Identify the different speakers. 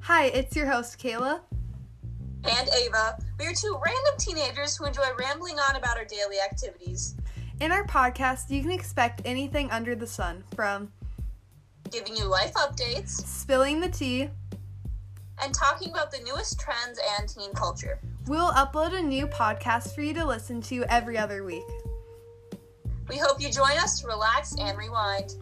Speaker 1: Hi, it's your host, Kayla.
Speaker 2: and Ava. We are two random teenagers who enjoy rambling on about our daily activities,
Speaker 1: In our podcast, you can expect anything under the sun from
Speaker 2: giving you life updates,
Speaker 1: spilling the tea.
Speaker 2: and talking about the newest trends and teen culture.
Speaker 1: We'll upload a new podcast for you to listen to every other week.
Speaker 2: We hope you join us, relax, and rewind.